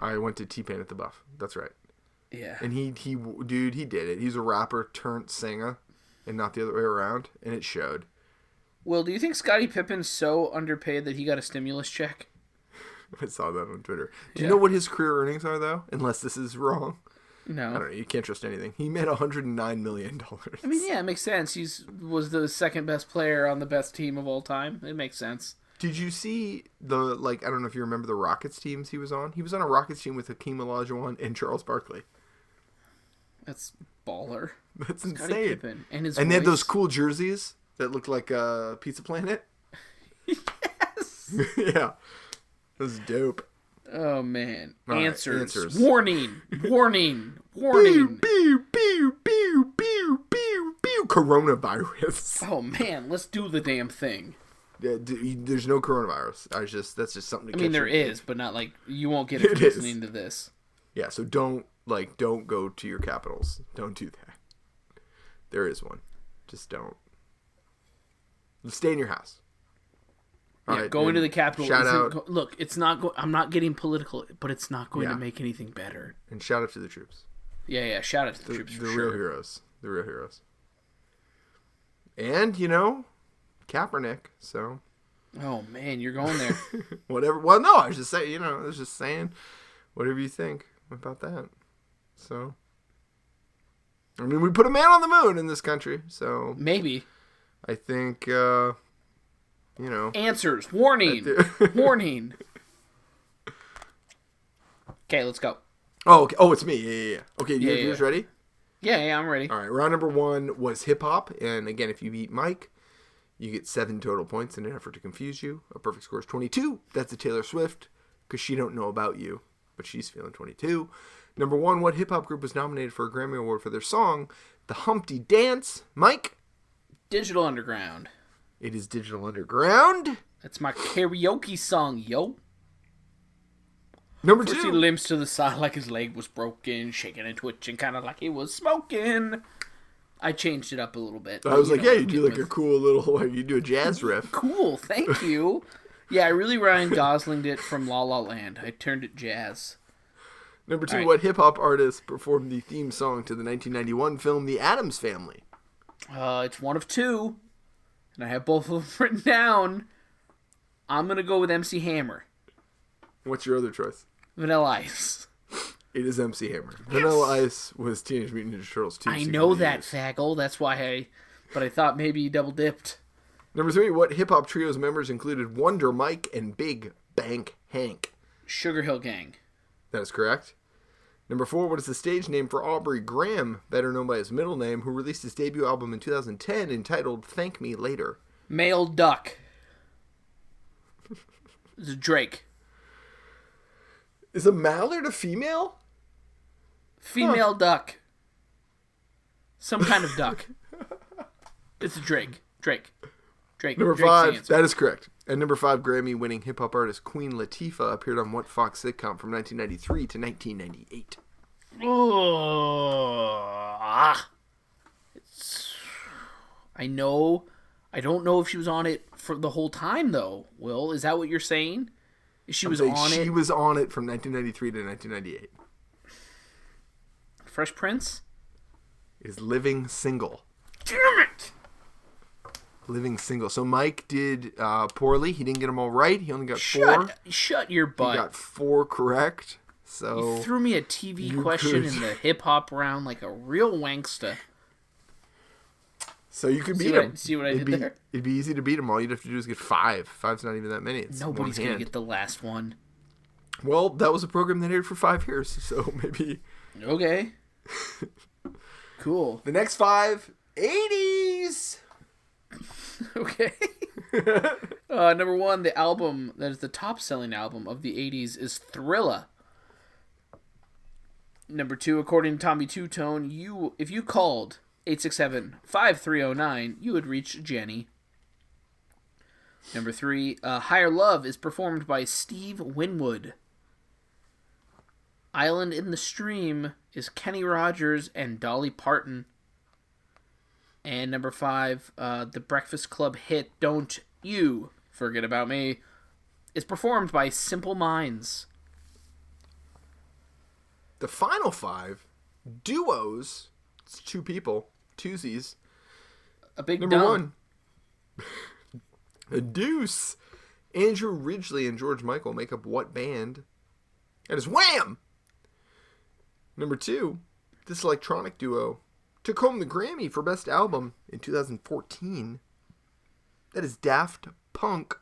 I went to T Pain at the Buff. That's right.
Yeah.
And he he dude, he did it. He's a rapper turned singer and not the other way around and it showed.
Well, do you think Scottie Pippen's so underpaid that he got a stimulus check?
I saw that on Twitter. Do you know what his career earnings are though? Unless this is wrong. I
No.
don't know. You can't trust anything. He made 109 million dollars.
I mean, yeah, it makes sense. He was the second best player on the best team of all time. It makes sense.
Did you see the like? I don't know if you remember the Rockets teams he was on. He was on a Rockets team with Hakeem Olajuwon and Charles Barkley.
That's baller.
That's
Scottie
insane.
Pippen and his
And they had
voice.
those cool jerseys that looked like uh, Pizza Planet. yes. yeah. That was dope.
Oh man.
All right,
answers.
answers.
Warning. Warning.
Pew
Warning.
pew pew pew pew pew pew. Coronavirus.
oh man, let's do the damn thing.
Yeah, d- you- There's no coronavirus. I was just that's just something. To
I mean,
catch
there
you.
is, but not like you won't get it,
It
from
is.
listening to this.
Yeah. So don't like don't go to your capitals. Don't do that. There is one. Just don't. Stay in your house. All
yeah,
right,
going to
and
the Capitol.
Shout
isn't
out
go- look, it's not. Go- I'm not getting political, but it's not going
Yeah.
to make anything better.
and shout out to the troops.
Yeah, yeah. Shout out to the,
The,
troops for
the
sure.
real heroes. The real heroes. And you know, Kaepernick. So
Oh man, you're going there.
whatever. Well, no, I was just saying. You know, I was just saying, whatever you think about that. So, I mean, we put a man on the moon in this country. So
Maybe
I think, uh, you know,
answers. Warning. Warning. Okay, let's go.
oh, okay. oh, it's me. Yeah, yeah, yeah. Okay, you
Yeah,
have yours
yeah.
ready?
Yeah, yeah. I'm ready.
All right. Round number one was hip hop, and again, if you beat Mike. You get seven total points in an effort to confuse you. A perfect score is 22. That's a Taylor Swift, because she don't know about you, but she's feeling 22. Number one, what hip hop group was nominated for a Grammy Award for their song, The Humpty Dance? Mike,
Digital Underground.
it is Digital Underground.
That's my karaoke song, yo.
Number
First he
two,
limps to the side like his leg was broken, shaking and twitching, kind of like he was smoking. I changed it up a little bit.
I was
You
like,
know,
yeah, you do
get
like a
with-
cool little, like you do a jazz riff.
cool. Thank you. yeah, I really Ryan Goslinged it from La La Land. I turned it jazz.
Number two,
Alright.
what hip hop artist performed the theme song to the 1991 film The Addams Family?
Uh, it's one of two, and I have both of them written down. I'm gonna go with MC Hammer,
What's your other choice?
Vanilla Ice.
It is MC Hammer. Vanilla Ice was Teenage Mutant Ninja Turtles. Too,
I know that faggle. That's why I. But I thought maybe you double dipped.
Number three, what hip hop trio's members included Wonder Mike and Big Bank Hank?
Sugar Hill Gang.
That is correct. Number four, what is the stage name for Aubrey Graham, better known by his middle name, who released his debut album in 2010 entitled Thank Me Later?
Male duck. This is Drake.
Is a mallard a female?
Female duck. Some kind of duck. it's a Drake. Drake. Drake.
Number
Drake's the
five,
answer.
that is correct. And number five, Grammy winning hip hop artist Queen Latifah appeared on what Fox sitcom from 1993 to 1998?
Oh, ah. It's- I know. I don't know if she was on it for the whole time, though. Will, is that what you're saying? She was
Like,
on
she
it.
was on it from 1993 to 1998.
Fresh Prince.
Is Living Single.
Damn it!
Living Single. So Mike did uh, poorly. He didn't get them all right. He only got four.
Shut, shut your
He
butt.
got four correct.
You
So
threw me a TV question
could-
in the hip hop round like a real wankster.
so you could
See
beat
what I-
him.
see what I
it'd
did
be,
there?
It'd be easy to beat him. All you'd have to do is get five. Five's not even that many. It's
Nobody's
one
gonna
hand.
get the last one.
Well, that was a program that aired for five years. So maybe
Okay. cool.
the next five. 80s.
Okay. uh, number one, the album that is the top selling album of the 80s is Thrilla. Number two, according to Tommy Two Tone, you if you called 867 5309, you would reach Jenny. Number three, uh, Higher Love is performed by Steve Winwood. Island in the Stream is Kenny Rogers and Dolly Parton. And number five, uh, the Breakfast Club hit Don't You Forget About Me is performed by Simple Minds.
The final five duos. It's two people. Twosies.
A big
Number
dumb.
one, a deuce Andrew Ridgely and George Michael make up what band? That is Wham! Number two, this electronic duo took home the Grammy for Best Album in 2014. That is Daft Punk.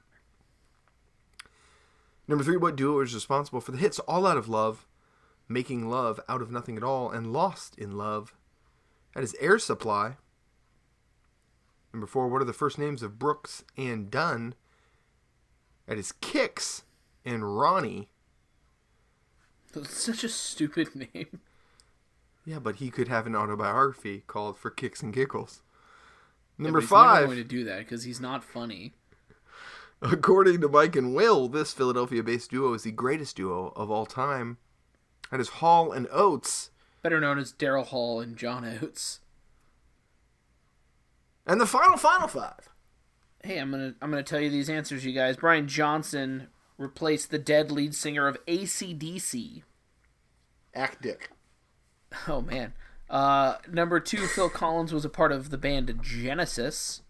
Number three, what duo is responsible for the hits All Out of Love, Making Love Out of Nothing at All, and Lost in Love? That is Air Supply. Number four, what are the first names of Brooks and Dunn? That is Kix and Ronnie.
That's such a stupid name.
Yeah, but he could have an autobiography called For Kicks and Giggles.
Yeah,
Number
but he's never
five.
going to do that because he's not funny.
According to Mike and Will, this Philadelphia based duo is the greatest duo of all time. That is Hall and Oates.
Better known as Daryl Hall and John Oates.
And the final, final five.
Hey, I'm gonna I'm gonna tell you these answers, you guys. Brian Johnson replaced the dead lead singer of ACDC.
Act Dick.
Oh man. Uh, number two, Phil Collins was a part of the band Genesis.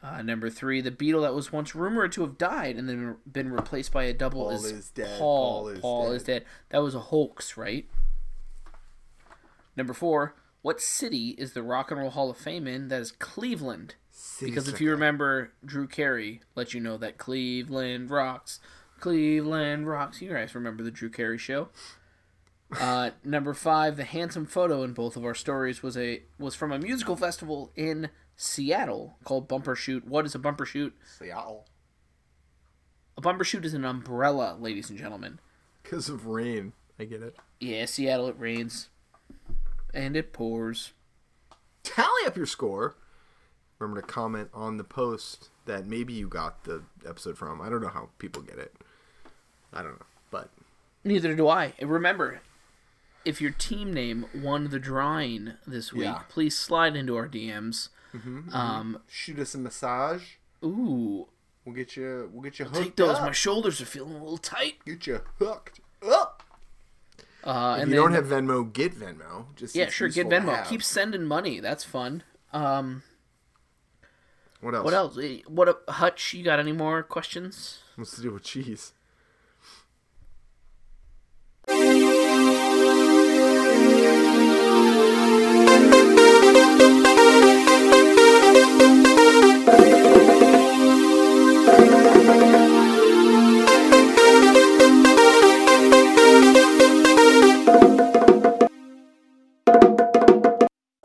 Uh, number three, the Beatle that was once rumored to have died and then been replaced by a double
Paul
is,
is dead.
Paul.
Paul is
Paul
dead.
is dead. That was a hoax, right? Number four, what city is the Rock and Roll Hall of Fame in? That is Cleveland. Because if you remember, Drew Carey let you know that Cleveland rocks. Cleveland rocks. You guys remember the Drew Carey show? Uh, number five, the handsome photo in both of our stories was a was from a musical festival in Seattle called Bumper Shoot. What is a bumper shoot?
Seattle.
A bumper shoot is an umbrella, ladies and gentlemen.
Because of rain. I get it.
Yeah, Seattle, it rains and it pours.
Tally up your score. Remember to comment on the post that maybe you got the episode from. I don't know how people get it. I don't know. But
Neither do I. And remember, if your team name won the drawing this week,
Yeah. Mm-hmm,
please slide into our DMs. um,
shoot us a massage.
ooh,
We'll get you. We'll get you hooked
take those.
up.
My shoulders are feeling a little tight.
get you hooked up.
Uh,
If
and
you don't
then-
have Venmo, get Venmo. Just
yeah,
it's
sure. Get
useful to
Venmo.
have.
Keep sending money. That's fun. Um,
What else?
what else? Eh, What a, Hutch? You got any more questions?
What's to do with cheese?